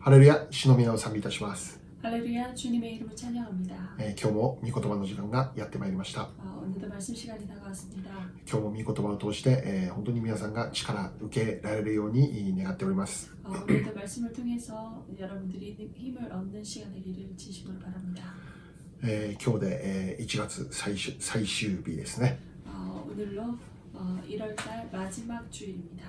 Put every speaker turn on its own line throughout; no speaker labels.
할렐루야, 신의 미나を賛美いたします。
할렐루야 주님의 이름을 찬양합니다.
えー今日も御言葉の時間がやってまいりました。
아, 오늘도 말씀 시간이 다가왔습니다.
今日も御言葉を通して、えー本当に皆さんが力受けられるように願っております。
아, 오늘도 말씀을 통해서 여러분들이 힘을 얻는 시간 되기를 진심으로 바랍니다.
えー今日で、えー1月最終最終日ですね、
아, 오늘로 어, 1월달 마지막 주일입니다.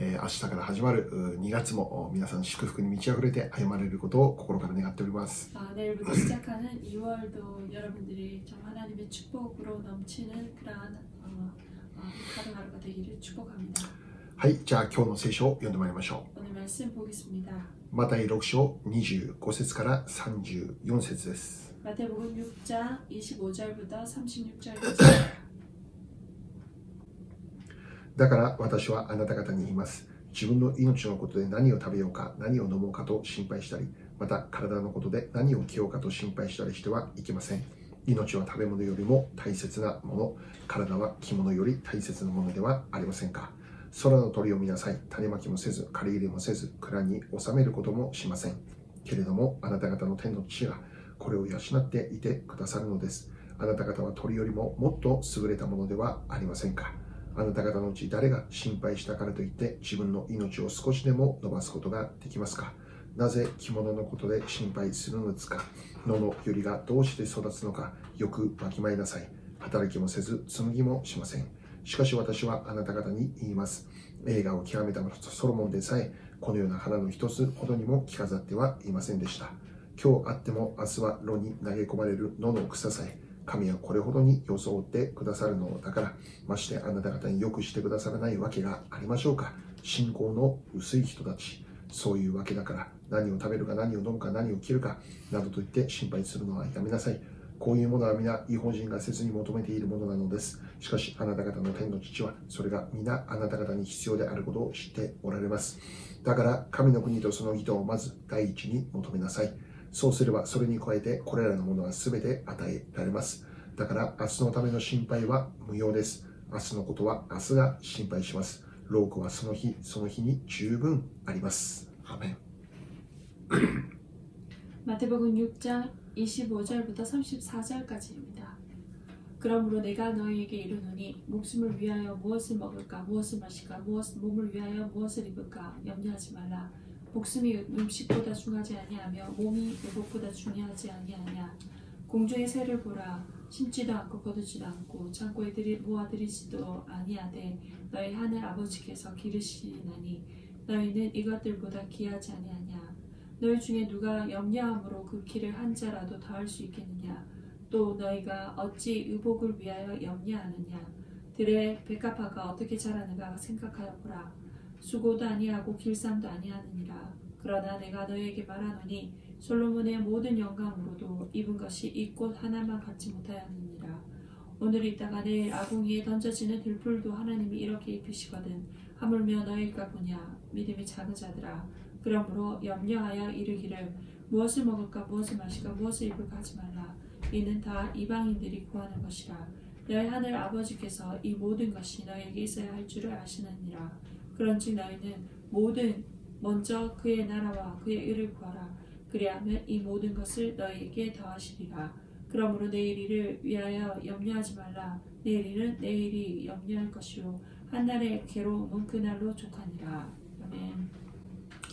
えー明日から始まるう2月もお皆さん祝福に満ち溢れて歩まれることを心から願っております、
아, 내일부터 시작하는 2월도 여러분들이 참 하나님의 축복으로 넘치는 그러한 어, 어, 하루하루가 되기를 축복합니다.
はいじゃあ今日の聖書を読んでまいりましょ
오늘 말씀 보겠습니다.
うマタイ6章25節から34節です
마태복음 6장 25절부터 36절까지
だから私はあなた方に言います自分の命のことで何を食べようか何を飲もうかと心配したりまた体のことで何を着ようかと心配したりしてはいけません命は食べ物よりも大切なもの体は着物より大切なものではありませんか空の鳥を見なさい種まきもせず借り入れもせず蔵に収めることもしませんけれどもあなた方の天の父がこれを養っていてくださるのですあなた方は鳥よりももっと優れたものではありませんかあなた方のうち誰が心配したからといって自分の命を少しでも伸ばすことができますかなぜ着物のことで心配するのですか野の百合がどうして育つのかよくわきまえなさい働きもせず紡ぎもしませんしかし私はあなた方に言います映画を極めたソロモンでさえこのような花の一つほどにも着飾ってはいませんでした今日あっても明日は炉に投げ込まれる野の草さえ神はこれほどに装ってくださるのだからましてあなた方によくしてくださらないわけがありましょうか信仰の薄い人たちそういうわけだから何を食べるか何を飲むか何を着るかなどと言って心配するのはやめなさいこういうものは皆違法人が切に求めているものなのですしかしあなた方の天の父はそれが皆あなた方に必要であることを知っておられますだから神の国とその義とをまず第一に求めなさいそうすればそれに加えてこれらのものは全て与えられますだから明日のための心配は無用です明日のことは明日が心配します。ロークはその日、その日に十分あります。アーメン
마태복음 6장 25절부터 34절까지입니다. 그러므로 내가 너희에게 이르노니 목숨을 위하여 무엇을 먹을까 무엇을 마실까 무엇 몸을 위하여 무엇을 입을까 염려하지 말라 목숨이 음식보다 중하지 아니하며 몸이 의복보다 중요하지 아니하냐 공중의 새를 보라 심지도 않고 거두지도 않고 창고에 들이 모아들이지도 아니하되 너희 하늘 아버지께서 기르시나니 너희는 이것들보다 귀하지 아니하냐 너희 중에 누가 염려함으로 그 길을 한 자라도 더할 수 있겠느냐? 또 너희가 어찌 의복을 위하여 염려하느냐? 들의 백합화가 어떻게 자라는가 생각하여 보라. 수고도 아니하고 길쌈도 아니하느니라. 그러나 내가 너희에게 말하노니 솔로몬의 모든 영광으로도 입은 것이 이 꽃 하나만 갖지 못하였느니라. 오늘 있다가 내일 아궁이에 던져지는 들풀도 하나님이 이렇게 입히시거든. 하물며 너희가 보냐 믿음이 작은 자들아. 그러므로 염려하여 이르기를 무엇을 먹을까 무엇을 마실까 무엇을 입을까 하지 말라 이는 다 이방인들이 구하는 것이라 너희 하늘 아버지께서 이 모든 것이 너희에게 있어야 할 줄을 아시느니라 그런즉 너희는 모든 먼저 그의 나라와 그의 의를 구하라 그리하면 이 모든 것을 너희에게 더하시리라 그러므로 내일 일을 위하여 염려하지 말라 내일 일은 내일이 염려할 것이요 한 날의 괴로움은 그날로 족하니라 아멘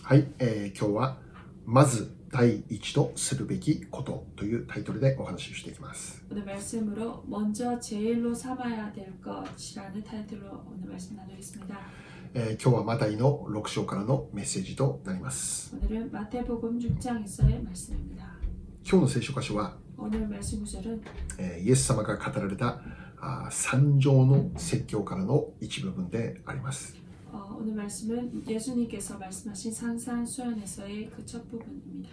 はい、えー今日は、まず第一とするべきことというタイトルでお話をしていきます。
오늘 말씀으로 먼저 제일로 삼아야 될 것이라는 타이틀로 오늘 말씀 나누겠습니다.
えー今日はマタイの6章からのメッセージとなります。
오늘은 마태복음 6장에서의 말씀입니다.
今日の聖書箇所は、
오늘 말씀 구절은
えーイエス様が語られたあー三条の説教からの一部分であります。
어, 오늘 말씀은 예수님께서 말씀하신 산산수연에서의 그 첫 부분입니다.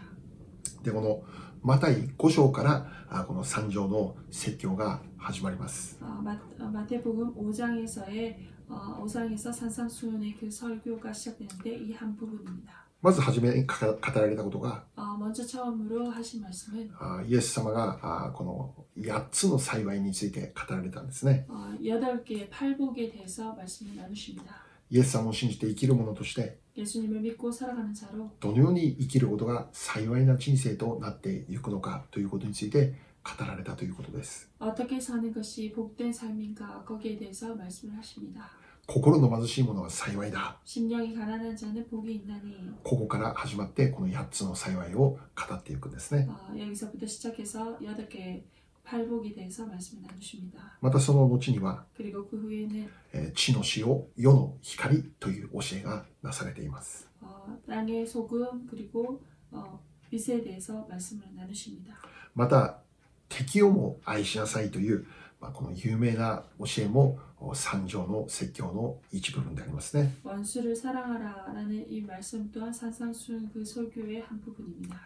で、このマタイ5章からあーこの三条の説教が始まります。
어, 마, 어, 마태복음 5장에서의 어, 5장에서 산산수연의 그 설교가 시작되는데 이 한 부분입니다.
まず初めに語語られたことが、
어, 먼저 처음으로 하신 말씀은
あイエス様があこの8つの幸いについて語られたんですね。
어, 8개의 팔복에 대해서 말씀을 나누십니다.
イエス様を信じて生きる者として、
예수님을 믿고 살아가는 자로
どのように生きることが幸いな人生となっていくのかということについて語られたということです。
어떻게 사는 것이 복된 삶인가 거기에 대해서 말씀을 하십니다.
心の貧しいものは幸いだ。
심령이 가난한 자는 복이 있나니
ここから始まってこの8つの幸いを語っていくんですね。
어, 여기서부터 시작해서 여덟 개의 팔복에 대해서 말씀을 나누십니다.
またその後には、
그리고 그 후에는
えー地の塩、世の光という教えがなされています。
어, 땅의 소금 그리고 어, 빛에 대해서 말씀을 나누십니다.
また、敵をも愛しなさいという、まあ、この有名な教えもお三条の説教の一部分でありますね。
원수를 사랑하라라는 이 말씀 또한 산상순 그 설교의 한 부분입니다.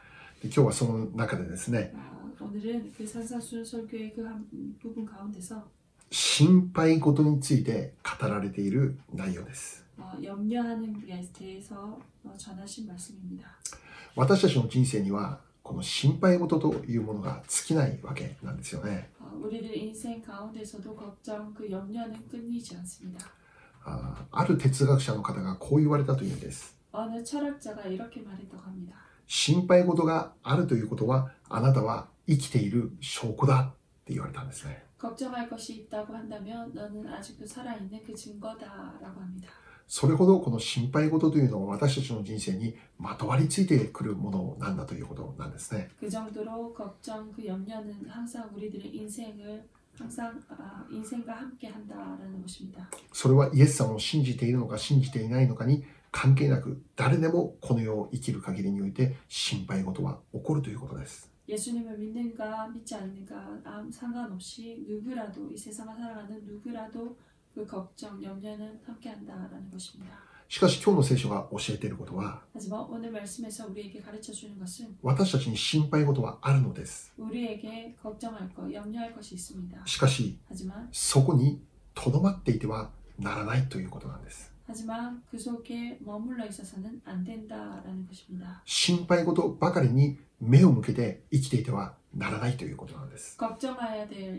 で今日はその中でですね、
아, 오늘은 그 산상순 설교의 그 한 부분 가운데서
心配事について語られている内容です。
어, 염려하는 것에 대해서 어, 전하신 말씀입니다.
私たちの人生には、この心配事というものが尽きないわけなんですよね。
어, 우리들 인생 가운데서도 걱정, 그 염려는 끊이지 않습니다.
あーある哲学者の方がこう言われたというんです。
어느 철학자가 이렇게 말했다고 합니다.
心配事があるということは、あなたは生きている証拠だって言われたんですね。
걱정할 것이 있다고 한다면 너는 아직도 살아있는 그 증거다라고 합니다.
それほどこの心配事というのは私たちの人生にまとわりついてくるものなんだということなんですね。
그 정도로 걱정, 그 염려는 항상 우리들의 인생을 항상 아, 인생과 함께 한다라는 것입니다.
それはイエス様を信じているのか信じていないのかに関係なく誰でもこの世を生きる限りにおいて心配事は起こるということです。
예수님을 믿는가 믿지 않는가 아무 상관없이 누구라도 이 세상을 살아가는 누구라도 그 걱정, 염려는 함께한다라는 것입니다.
しかし今日の聖書が教えていることは
하지만 오늘 말씀에서 우리에게 가르쳐 주는 것은
私たちに心配事はあるのです。
우리에게 걱정할 것, 염려할 것이 있습니다.
しかし
하지만
そこに留まっていてはならないということなんです。
하지만 그 속에 머물러 있어서는 안 된다라는 것입니다.
心配事ばかりに目を向けて生きていてはならないということなんです。
걱정해야 될,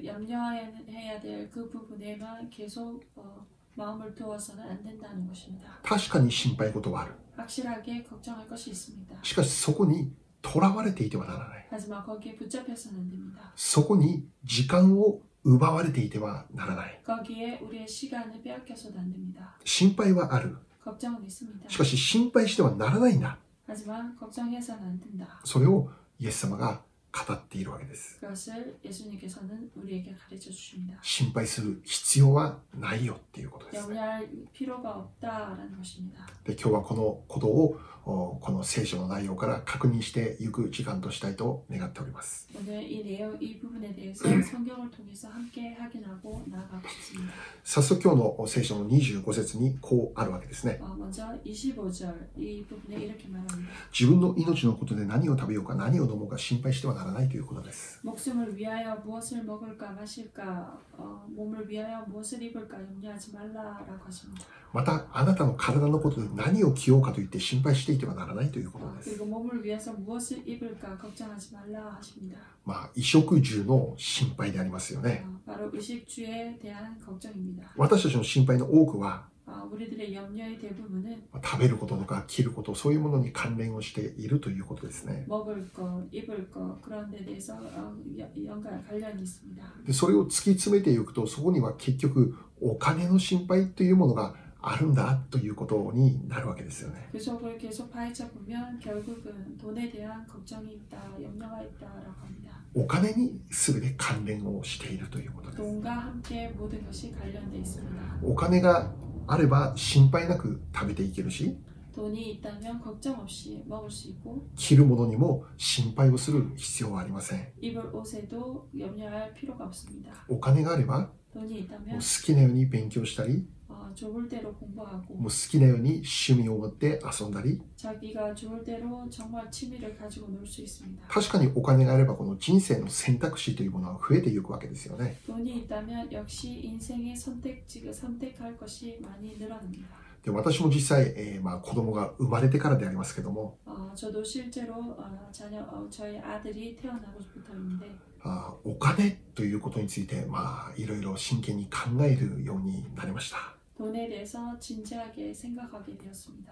염려해야 될 그 부분에만 계속 어, 마음을 두어서는 안 된다는 것입니다.
確かに心配事はある。
확실하게 걱정할 것이 있습니다.
しかしそこに囚われていてはならない。
하지만 거기에 붙잡혀서는 안 됩니다.
そこに時間を奪われていてはならない。
거기에 우리의 시간을 빼앗겨서는 안 됩니다.
心配はある。
걱정은 있습니다.
しかし心配してはならないんだ。
하지만 걱정해서는 안 된다.
それをイエス様が語っているわけです。
그것을 예수님께서는 우리에게 가르쳐 주십니다.
心配する必要はないよっていうことですね。
염려할 필요가 없다라는 것입니다.
で今日はこのことをおこの聖書の内容から確認していく時間としたいと願っております。
오늘 이 내용 이 부분에 대해서 성경을 통해서 함께 확인하고 나아가고 싶습니다.
早速今日の聖書の25節にこうあるわけですね。
어, 먼저 25절 이 부분에 이렇게 말합니다.
自分の命のことで何を食べようか何を飲もうか心配してはならないということです。
목숨을 위하여 무엇을 먹을까 마실까 어, 몸을 위하여 무엇을 입을까 염려하지 말라라고 하십니다.
また、あなたの体のことで何を着ようかと言って心配していてはならないということ
어,
で
그리고
す。
몸을 위해서 무엇을 입을까 걱정하지 말라 하십니다.
まあ、衣食住の心配でありますよね。
어, 바로 의식주에 대한 걱정입니다.
私たちの心配の多くは、
어, 우리들의 염려의 대부분은
まあ食べることとか着ること、そういうものに関連をしているということですね。
먹을 것, 입을 것 그런 데 대해서 어, 연- 연관 관련이 있습니다.
でそれを突き詰めていくと、そこには結局、お金の心配というものがあるんだということになるわけですよね。
그 속을 계속 파헤쳐 보면 결국은 돈에 대한 걱정이 있다, 염려가 있다라고 합니다.
お金に全て関連をしているということです。
돈과 함께 모든 것이 관련돼 있습니다.
お金があれば心配なく食べていけるし
돈이 있다면 걱정 없이 먹을 수 있고
着るものにも心配をする必要はありません
입을 옷에도 염려할 필요가 없습니다.
お金があれば
돈이
もう
있다면
好きなように勉強したり
어, 좁을 대로
もう
공부하고
好きなように趣味を持って遊んだり
자기가 좋을 대로 정말 취미를 가지고 놀 수 있습니다.
確かにお金があればこの人生の選択肢というものは増えていくわけですよね
돈이 있다면 역시 인생의 선택지가 선택할 것이 많이 늘어납니다.
で私も実際、えーまあ、子供が生まれてからでありますけども
어, 저도 실제로 어, 자녀 어, 저희 아들이 태어나고부터인데
あーお金ということについてまあいろいろ真剣に考えるようになりました
돈에 대해서 진지하게 생각하게 되었습니다.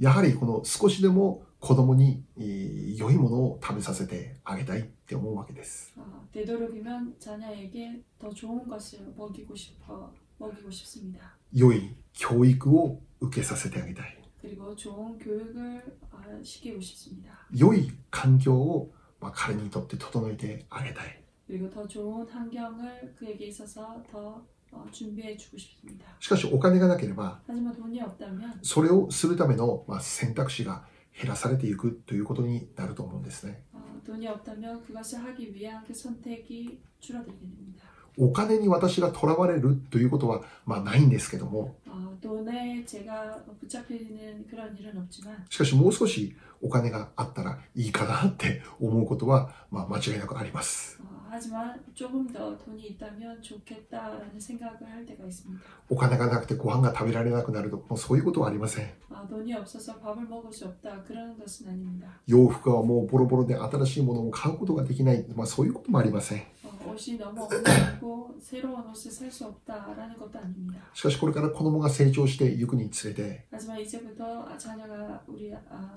やはりこの少しでも子供にい良いものを食べさせてあげたいって思うわけです。
아, 되도록이면 자녀에게 더 좋은 것을 먹이고 싶어 먹이고 싶습니다.
良い教育を受けさせてあげたい。
그리고 좋은 교육을 아, 시키고 싶습니다.
良い環境を、まあ、彼にとって整えてあげたい。
그리고 더 좋은 환경을 그에게 있어서 더 어, 준비해 주고 싶습니다.
しかしお金がなければ
하지만 돈이 없다면
それをするための、まあ、選択肢が減らされていくということになると思うんですね。
어, 돈이 없다면 그것을 하기 위한 그 선택이 줄어들게 됩니다.
お金に私が囚われるということは、まあ、ないんですけども、
어, 돈에 제가 붙잡히는 그런 일은 없지만
しかしもう少しお金があったらいいかなって思うことは、まあ、間違いなくあります。
어, 하지만 조금 더 돈이 있다면 좋겠다라는 생각을 할 때가 있습니다.
お金がなくてご飯が食べられなくなるともうそういうことはありません。
아, 돈이 없어서 밥을 먹을 수 없다 그런 것은 아닙니다.
洋服はもうボロボロで新しいものを買うことができない、まあ、そういうこともありません。
어, 옷이 너무 없고 새로운 옷을 살 수 없다라는 것도 아닙니다.
しかしこれから子供が成長してゆくにつれて
하지만 이제부터 아, 자녀가 우리 아,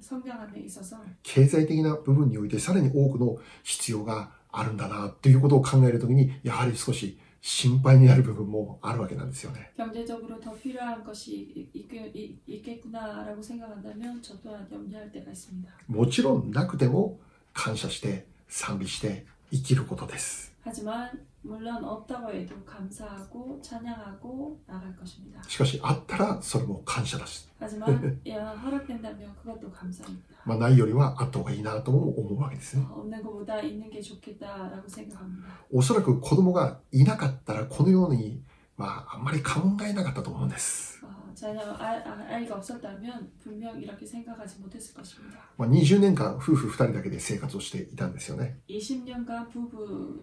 성장함에 있어서
経済的な部分においてさらに多くの必要があるんだなということを考えるときにやはり少し心配になる部分もあるわけなんですよね。
경제적으로 더 필요한 것이 있, 있, 있겠구나라고 생각한다면 저 또한 염려할 때가 있습니다.
もちろんなくても感謝して賛美して生きることです。
하지만 물론 없다고 해도 감사하고 찬양하고 나갈 것입니다.
しかしあったらそれも感謝だし、
하지만 야, 허락된다면 그것도 감사합니다.
まあ、ないよりはあった方がいいなとも思うわけですね。
어, 없는 것보다 있는 게 좋겠다라고 생각합니다.
おそらく子供がいなかったらこのように、まあ、あんまり考えなかったと思うんです。
어, 자녀 아, 아, 아이가 없었다면 분명 이렇게 생각하지 못했을 것입니다.
まあ、20年間夫婦2人だけで生活をしていたんですよね。
20년간 부부로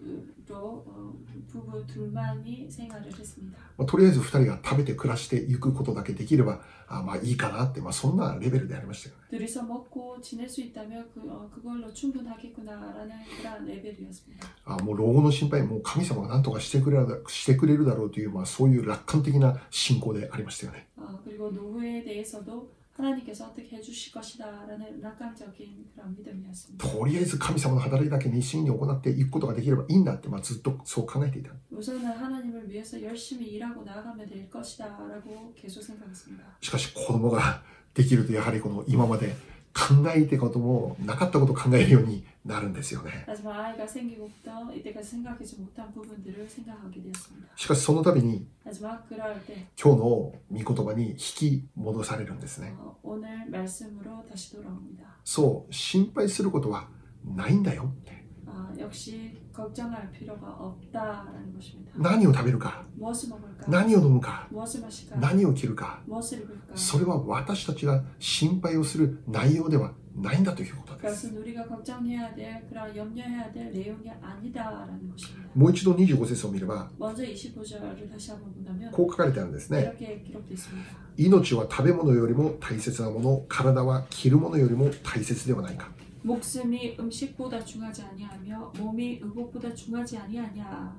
어, 부부 둘만이 생활을 했습니다.
まあ、とりあえず2人が食べて暮らしていくことだけできればあまあいいかなって、まあ、そんなレベルでありましたよね
둘이서 먹고 지낼 수 있다면 그, 어, 그걸로 충분하겠구나라는 그런 레벨이었습니다.
あもう老後の心配もう神様が何とかしてくれるだしてくれるだろうという、まあ、そういう楽観的な信仰でありましたよね
어, 그리고 노후에 대해서도 하나님께서 어떻게 해주실 것이다라는 낙관적인 그런 믿음이었습니다.
とりあえず神様の働きだけに真に行っていくことができればいいんだって、まあ、ずっとそう考えていた
우선은 하나님을 위해서 열심히 일하고 나아가면 될 것이다라고 계속 생각했습니다.
しかし子供ができるとやはりこの今まで考えてこともなかったことを考えるようになるんですよね
하지만 아이가 생기고부터 이때까지 생각하지 못한 부분들을 생각하게 되었습니다.
しかしその度に
하지만 그럴 때
今日の御言葉に引き戻されるんですね
어, 오늘 말씀으로 다시 돌아옵니다.
そう心配することはないんだよ
아, 역시 걱정할 필요가 없다라는 것입니다.
何を食べるか
무엇을 먹을까?
何を飲むか
무엇을 마실까?
何を着るか
무엇을 입을까?
それは私たちが心配をする内容ではないんだということです
그것은 우리가 걱정해야 될 그런 염려해야 될 내용이 아니다라는 것입니다.
もう一度25節を見れば
먼저 25절을 다시 한번 본다면
こう書かれてあるんですね
이렇게 기록되어 있습니다.
命は食べ物よりも大切なもの体は着るものよりも大切ではないか
목숨이 음식보다 중하지 아니하며 몸이 의복보다 중하지 아니하냐.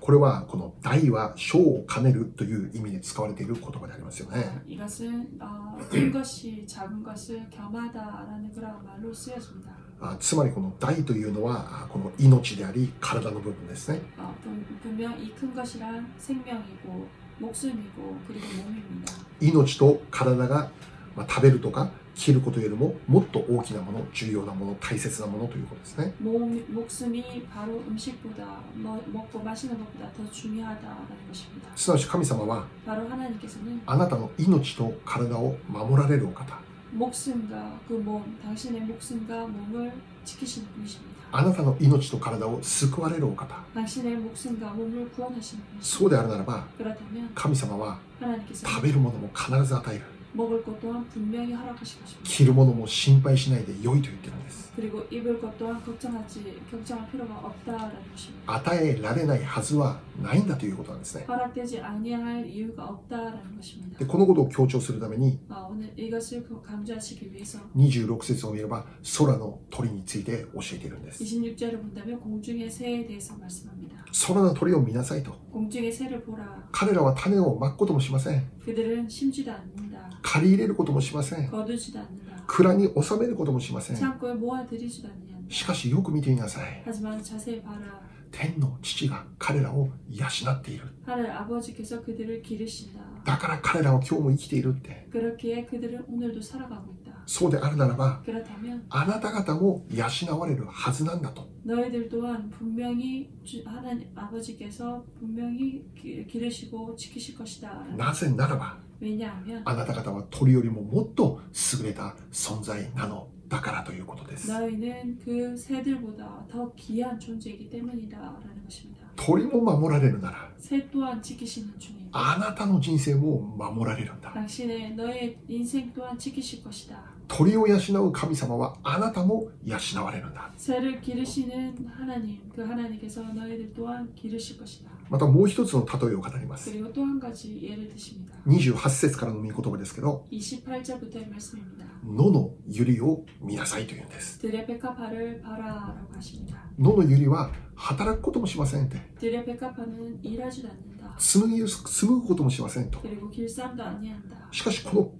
これはこの大は小を兼ねるという意味で使われている言葉でありますよね
이것은 어, 큰 것이 작은 것을 겸하다라는 그런 말로 쓰여집니다.
あつまりこの大というのはあこの命であり体の部分ですね
어, 분- 분명 이 큰 것이란 생명이고 목숨이고 그리고 몸입니다.
命と体が、まあ、食べるとか着ることよりももっと大きなもの重要なもの大切なものということですね
몸, 목숨이 바로 음식보다 뭐- 먹고 마시는 것보다 더 중요하다라는 것입니다.
すなわち神様は
바로 하나님께서는
あなたの命と体を守られるお方
목숨과 그 몸, 당신의 목숨과 몸을 지키시는 분이십니다.
あなたの命と体を救われるお方
당신의 목숨과 몸을 구원하시는
そう
분이십니다.
であるならば
그렇다면
神様は
하나님께서
食べるものも必ず与える
먹을 것 또한 분명히 허락하실 것입니다.
着るものも心配しないで良いと言ってるんです
그리고 입을 것 또한 걱정하지 걱정할 필요가 없다라는 것입니다.
与えられないはずはないんだということなんですね
허락되지 아니할 이유가 없다라는 것입니다.
でこのことを強調するために
아, 오늘 이것을 그- 강조하시기 위해서
26節を見れば空の鳥について教えているんです
26절을 본다면 공중의 새에 대해서 말씀합니다.
空の鳥を見なさいと
공중의 새를 보라.
彼らは種をまくこともしません
그들은 심지도 않는다.
借り入れることもしません
거두지도 않는다.
蔵に収めることもしません
창고에 모아들이지도 않는다.
しかしよく見てみなさい
하지만 자세히 봐라.
天の父が彼らを養っている
하늘 아버지께서 그들을 기르신다.
だから彼らは今日も生きているって
그렇기에 그들은 오늘도 살아가고 있다.
そうであるならば
그렇다면
あなた方も養われるはずなんだと
너희들 또한 분명히 주- 하나님 아버지께서 분명히 기- 기르시고 지키실 것이다.
なぜならば
왜냐하면
あなた方は鳥よりももっと優れた存在なのだからということです
너희는 그 새들보다 더 귀한 존재이기 때문이다라는 것입니다.
鳥も守られるなら
새 또한 지키시는 주님.
あなたの人生も守られるんだ
당신의 너의 인생 또한 지키실 것이다.
鳥を養う神様はあなたも養われるんだ
새를 기르시는 하나님, 그 하나님께서 너희들 또한 기르실 것이다.
またもう一つの例えを語ります
그리고 또 한 가지 예를 드십니다.
28節からの御言葉ですけど
28절부터의 말씀입니다.
野のゆりを見なさいというんです
들의 백합화를 봐라라고 하십니다.
野のゆりは働くこともしませんって
들의 백합화는 일하지도 않는다.
紡ぎ紡ぐこともしませんと
그리고 길쌈도 아니한다.
しかしこの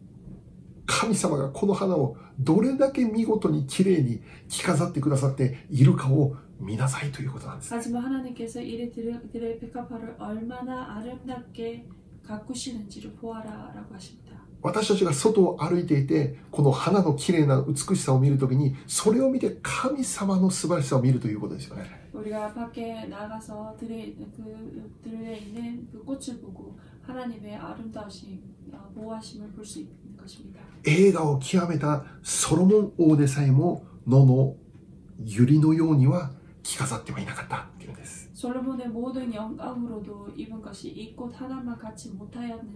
神様がこの花をどれだけ見事に綺麗に着飾ってくださっているかを見なさいということなんです。
하지만 하나님께서 이리 들- 들의 백합화를 얼마나 아름답게 가꾸시는지를 보아라라고 하십니다.
私たちが外を歩いていて、この花の綺麗な美しさを見るときに、それを見て神様の素晴らしさを見るということですよね。
우리가 밖에 나가서 들에 그 들에 있는 그 꽃을 보고 하나님의 아름다우심, 어, 보호하심을 볼 수 있는 것입니다.
映画を極めたソロモン王でさえも、野の百合のようには着飾ってはいなかったっていうんです。
솔로몬의 모든 영감으로도 입은 것이 이 꽃 하나만 갖지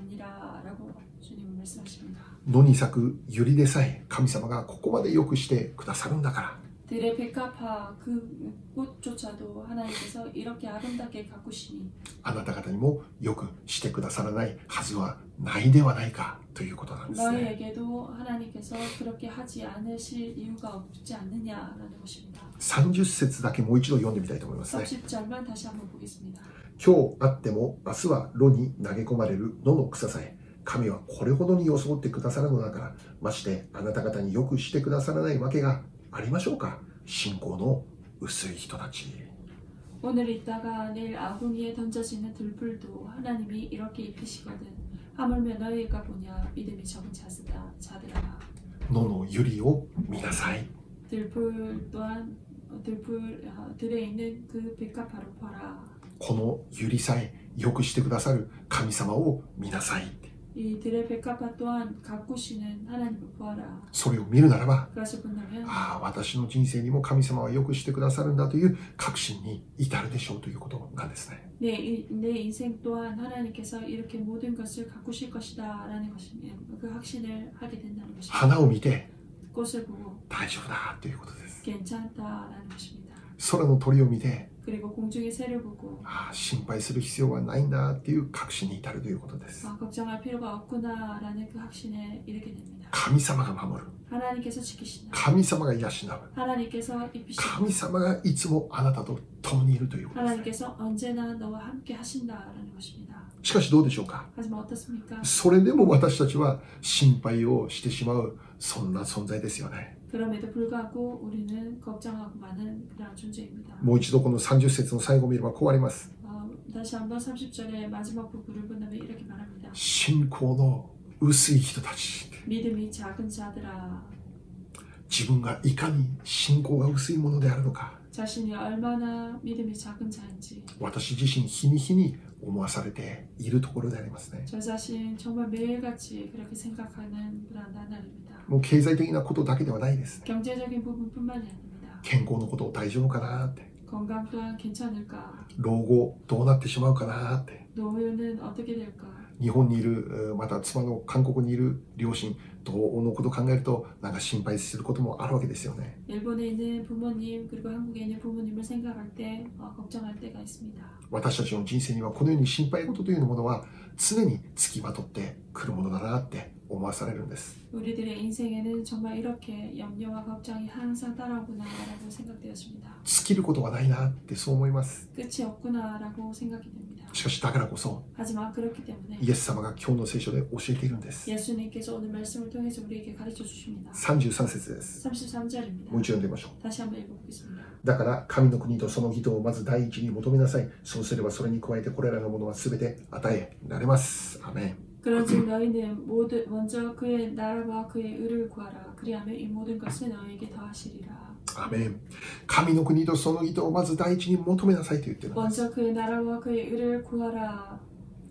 못하였느니라라고 주님은 말씀하십니다.
野に咲く百合でさえ神様がここまで良くしてくださるんだから、
들의 백합화 그 꽃조차도 하나님께서 이렇게 아름답게 가꾸시니
あなた方にもよくしてくださらないはずはないではないかということなんですね。
너희에게도 하나님께서 그렇게 하지 않으실 이유가 없지 않느냐라는 것입니다.
30節だけもう一度読んでみたいと思いますね。
30절만 다시 한번 보겠습니다.
今日あっても明日は炉に投げ込まれる野の草さえ神はこれほどに装ってくださるのだからましてあなた方によくしてくださらないわけがありましょうか信仰の薄い人たち
오늘 있다가 내일 아궁이에 던져지는 들풀도 하나님이 이렇게 입히시거든. 하물며 너희가 보냐 믿음이 적은 자들아, 자들아.
野のゆりを見なさい
들풀 또한 어, 들풀 아, 들에 있는 그 백합화로 봐라.
このゆりさえよくしてくださる神様を見なさい
이 들의 백합화 또한 가꾸시는 하나님을 보아라.
それを見るならば
그것을 본다면
ああ私の人生にも神様はよくしてくださるんだという確信に至るでしょうということなんですね
내, 이- 내 인생 또한 하나님께서 이렇게 모든 것을 가꾸실 것이다 라는 것입니다. 그 확신을 하게 된다는 것입니다.
花を見て
꽃을 보고
大丈夫だということです
괜찮다 라는 것입니다.
空の鳥を見て
그리고 공중의 새를 보고
ああ心配する必要はないんだっていう確信に至るということです
아, 걱정할 필요가 없구나 라는 그 확신에 이르게 됩니다.
神様が守る
하나님께서 지키신다.
神様が養う
하나님께서 입히신다.
神様がいつもあなたと共にいるということです、
하나님께서 언제나 너와 함께 하신다라는 것입니다.
しかしどうでしょうか
하지만 어떻습니까?
それでも私たちは心配をしてしまうそんな存在ですよね
그럼에도 불구하고 우리는 걱정하고 많은 그런 존재입니다.
もう一度この30節の最後を見ればこうあります
어, 다시 한번 30절의 마지막 부분을 본다면 이렇게 말합니다.
信仰の薄い人たち
믿음이 작은 자들아,
自分がいかに信仰が薄いものであるのか
자신이 얼마나 믿음이 작은 자인지
私自身日に日に思わされているところでありますね
저 자신 정말 매일같이 그렇게 생각하는 그런 나날입니다.
もう経済的なことだけではないですね
경제적인 부분뿐만이 아닙니다.
健康のこと大丈夫かなって、
건강 또한 괜찮을까?
老後どうなってしまうかなって、
노후는 어떻게 될까?
日本にいる、えーまた妻の韓国にいる両親、どうのことを考えるとなんか心配することもあるわけですよね
일본에 있는 부모님 그리고 한국에 있는 부모님을 생각할 때 어, 걱정할 때가 있습니다.
私たちの人生にはこのように心配事というものは常につきまとってくるものだなって思わされるんです
우리들의 인생에는 정말 이렇게 염려와 걱정이 항상 따라오구나라고 생각되었습니다.
尽きることはないなってそう思います
끝이 없구나라고 생각이 됩니다.
しかしだからこそ
하지만 그렇기 때문에
イエス様が今日の聖書で教えているんです
예수님께서 오늘 말씀을 통해서 우리에게 가르쳐 주십니다.
33節ですもう
33절입니다.
一度読んでみましょう
다시 한번 읽어보겠습니다.
だから神の国とその義とをまず第一に求めなさいそうすればそれに加えてこれらのものは全て与えられますアメン
그런즉 너희는 모두 먼저 그의 나라와 그의 의를 구하라. 그리하면 이 모든 것을 너희에게 더하시리라.
アメン神の国とその義とをまず第一に求めなさいと言ってるんです
먼저 그의 나라와 그의 의를 구하라.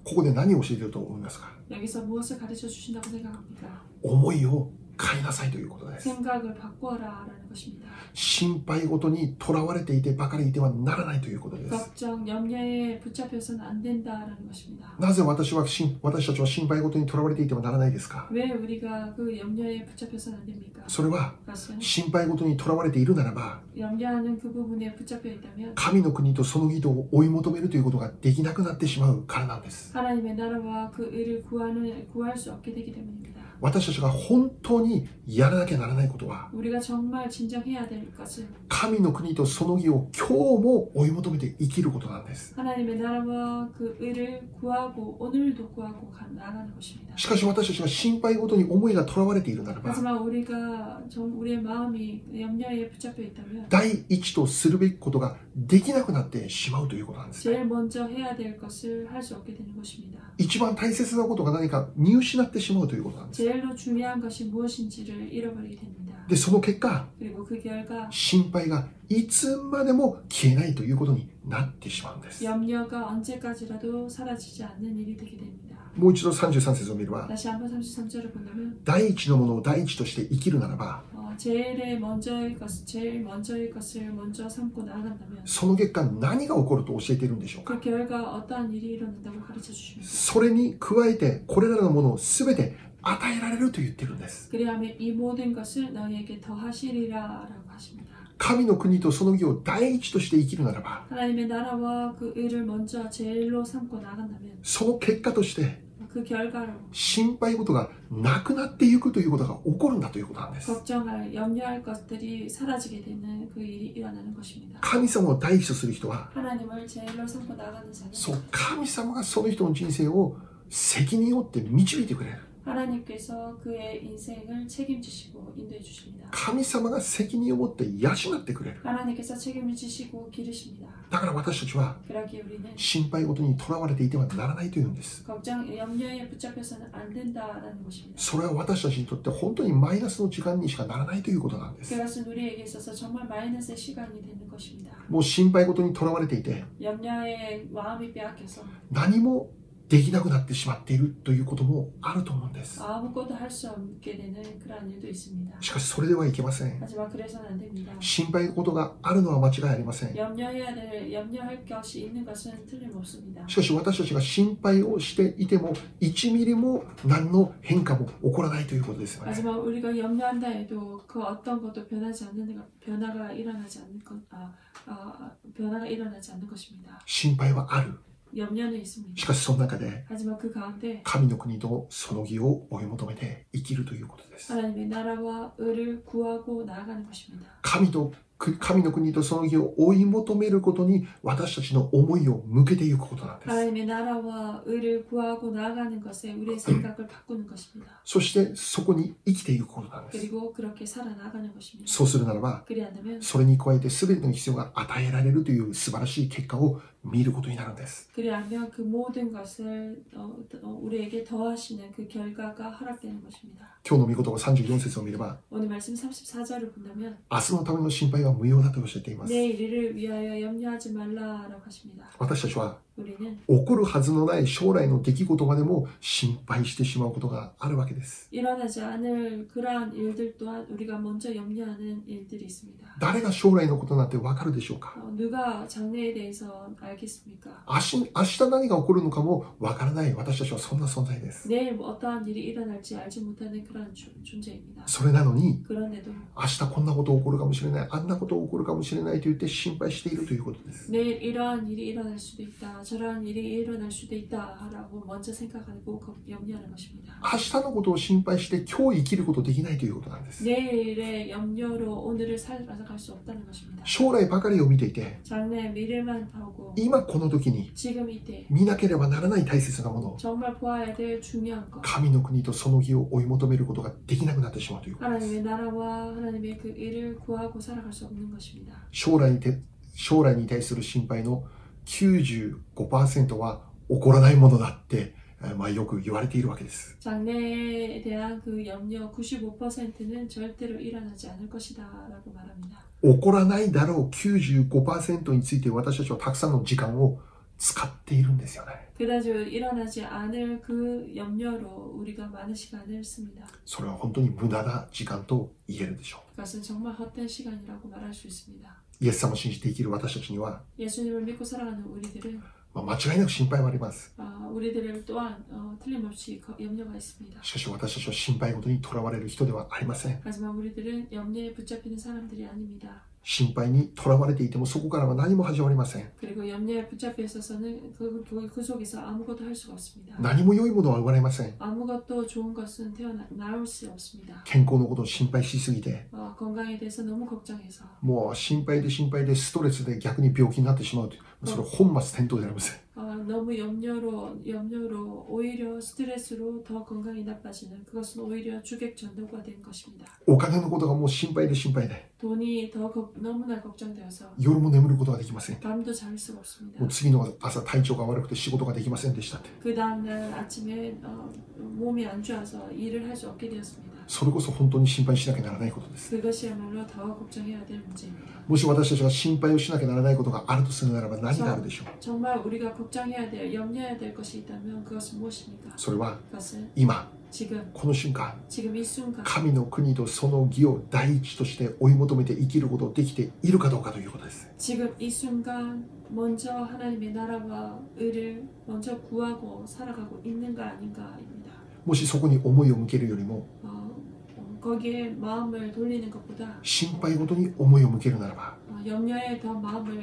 ここで何を教えてると思いますか
여기서 무엇을 가르쳐 주신다고 생각합니까?
思いを変えなさいということです
생각을 바꿔라라는 것입니다.
心配事にとらわれていてばかりいてはならないということです
걱정, 염려에 붙잡혀서는 안 된다라는 것입니다.
なぜ私はしん私たちは心配事にとらわれていてはならないですか
왜 우리가 그 염려에 붙잡혀서는 안 됩니까?
それは
그것은
心配事にとらわれているならば
염려하는 그 부분에 붙잡혀 있다면
神の国とその義とを追い求めるということができなくなってしまうからなんです
하나님의 나라와 그 의를 구하는 구할 수 없게 되기 때문입니다.
私たちが本当にやらなきゃならないことは
우리가 정말 진정해야 될 것은
神の国とその義を今日も追い求めて生きることなんです
하나님의 나라와 그 의를 구하고 오늘도 구하고 가- 나가는 것입니다.
しかし私たちが心配事に思いがとらわれているならば
하지만 우리가 정 우리의 마음이 염려에 붙잡혀 있다면
第一とするべきことができなくなってしまうということなんですね
제일 먼저 해야 될 것을 할 수 없게 되는 것입니다.
一番大切なことが何か見失ってしまうということなんです
제일로 중요한 것이 무엇인지를 잃어버리게 됩니다.
でその結果
그리고 그 결과
心配がいつまでも消えないということになってしまうんです
염려가 언제까지라도 사라지지 않는 일이 되게 됩니다.
もう一度33節を見れば
다시 한번 33절을 본다면
第一のものを第一として生きるならば
어, 제일의 먼저의 것, 제일 먼저의 것을 먼저 삼고 나아간다면
その結果何が起こると教えているんでしょうか
그 결과 어떠한 일이 일어난다고 가르쳐 주십니다.
それに加えてこれらのものを全て与えられると言ってるんです
그리하면 이 모든 것을 너희에게 더하시리라라고 하십니다.
神の国とその義を第一として生きるならば
하나님의 나라와 그 의를 먼저 제일로 삼고 나간다면
その結果として
그 결과로
心配事がなくなっていくということが起こるんだということなんです
걱정할 염려할 것들이 사라지게 되는 그 일이 일어나는 것입니다.
神様を第一とする人は
하나님을 제일로 삼고 나가는 자는
そう神様がその人の人生を責任を負って導いてくれる
하나님께서 그의 인생을 책임지시고 인도해 주십니다.
神様が責任を持って養ってくれる
하나님께서 책임을 지시고 기르십니다.
だから私たちは
그러기에 우리는
心配事にとらわれていてはならないというんです
걱정, 염려에 붙잡혀서는 안 된다라는 것입니다.
それは私たちにとって本当にマイナスの時間にしかならないということなんです
그것은 우리에게 있어서 정말 마이너스의 시간이 되는 것입니다.
もう心配事にとらわれていて
염려에 마음이 빼앗겨서
何もできなくなってしまっているということもあると思うんです。
아무것도 할 수 없게 되는 그런 일도 있습니다.
しかしそれではいけません。
하지만 그래서는 안 됩니다.
心配事があるのは間違いありません。
염려해야 될 염려할 것이 있는 것은 틀림없습니다.
しかし私たちが心配をしていても1ミリも何の変化も起こらないということですよね。
하지만 우리가 염려한다 해도 그 어떤 것도 변하지 않는 것- 변화가 일어나지 않는 것, 아, 아, 변화가 일어나지 않는 것입니다.
心配はある。
염려는 있습니다.
しかしその中で
하지만 그 가운데
神の国とその義を追い求めて生きるということです。
하나님의 나라와 의를 구하고 나아가는 것입니다.
神とく神の国とその義を追い求めることに私たちの思いを向けていくことなんです。
하나님의 나라와 의를 구하고 나아가는 것에 우리의 생각을 바꾸는 것입니다.
そしてそこに生きていくことなんです。
그리고 그렇게 살아나가는 것입니다.
そうするならば
그리한다면
それに加えて全ての必要が与えられるという素晴らしい結果を見ることになるんです。
그리하면 그 모든 것을 어, 어, 우리에게 더하시는 그 결과가 허락되는 것입니다.
今日の御言葉34節を見れば、
오늘 말씀 34절을 본다면
明日のための心配は無用だと教えています。 아.
내 일을 위하여 염려하지 말라라고 하십니다.
私たちは
우리는
起こるはずのない将来の出来事までも心配してしまうことがあるわけです。
일어나지 않을 그러한 일들 또한 우리가 먼저 염려하는 일들이 있습니다.
誰が将来のことなんてわかるでしょうか
어, 누가 장래에 대해서 알겠습니까?
明日明日何が起こるのかもわからない私たちはそんな存在です。
내일 뭐 어떠한 일이 일어날지 알지 못하는 그러한 존- 존재입니다.
それなのに
그런데도
明日こんなこと起こるかもしれない、あんなこと起こるかもしれないと言って心配しているということです。
내일 이러한 일이 일어날 수도 있다, 저러한 일이 일어날 수도 있다라고 먼저 생각하고 거- 염려하는 것입니다.
明日のことを心配して今日生きることできないということなんです。
내일의 염려로 오늘을 살아갈 수 없다는 것입니다.
将来ばかりを見ていて、
장래 미래만 보고
今この時に
지금 이때
見なければならない大切なものを
정말 보아야 될 중요한 것
神の国とその義を追い求めることができなくなってしまうということです。
하나님의 나라와 하나님의 그 일을 구하고 살아갈 수 없는 것입니다.
将来にて将来に対する心配の95%は起こらないものだって、えーまあ、よく言われているわけです。
장래에 대한 그 염려 95%는 절대로 일어나지 않을 것이다라고 말합니다.
起こらないだろう95%について私たちはたくさんの時間を使っているんですよね。
그다지 일어나지 않을 그 염려로 우리가 많은 시간을 씁니다.
それは本当に無駄な時間と言えるでしょ
그것은 정말 헛된 시간이라고 말할 수 있습니다.
う。イエス様を信じて生きる私たちには、
예수님을 믿고 살아가는 우리들은
まあ、間違いなく心配はあります。
어, 우리들을 또한 어, 틀림없이 거- 염려가 있습니다.
しかし私たちは心配事にとらわれる人ではありません。
하지만 우리들은 염려에 붙잡히는 사람들이 아닙니다.
心配にとらわれていてもそこからは何も始まりません。
그리고 염려에 붙잡혀 있어서는 그, 그, 그 속에서 아무것도 할 수가 없습니다.
何も良いものは生まれません。
아무것도 좋은 것은 태어나 나올 수 없습니다.
健康のことを心配しすぎて、
어, 건강에 대해서 너무 걱정해서
もう心配で心配でストレスで逆に病気になってしまうというそれ本末転倒でありません
어, 너무 염려로 염려로 오히려 스트레스로 더 건강이 나빠지는 그것은 오히려 주객 전도가 된 것입니다.
お金のことがもう心配で心配で
돈이 더 걱- 너무나 걱정되어서
夜も眠ることができません
밤도 잘 수가 없습니다.
もう次の朝体調が悪くて仕事ができませんでしたって
그 다음날 아침에 어, 몸이 안 좋아서 일을 할 수 없게 되었습니다.
それこそ本当に心配しなきゃならないことです
그것이야말로 더 걱정해야 될 문제입니다.
もし私たちが心配をしなきゃならないことがあるとするならば何があるでしょう
정말 우리가 걱정해야 될 염려해야 될 것이 있다면 그것은 무엇입니까?
それは
그것은
今
지금
この瞬間
지금 이 순간
神の国とその義を第一として追い求めて生きることができているかどうかということです
지금 이 순간 먼저 하나님의 나라와 의를 먼저 구하고 살아가고 있는가 아닌가입니다.
もしそこに思いを向けるよりも
어, 어, 거기에 마음을 돌리는 것보다
心配事に思いを向けるならば
어, 염려에 더 마음을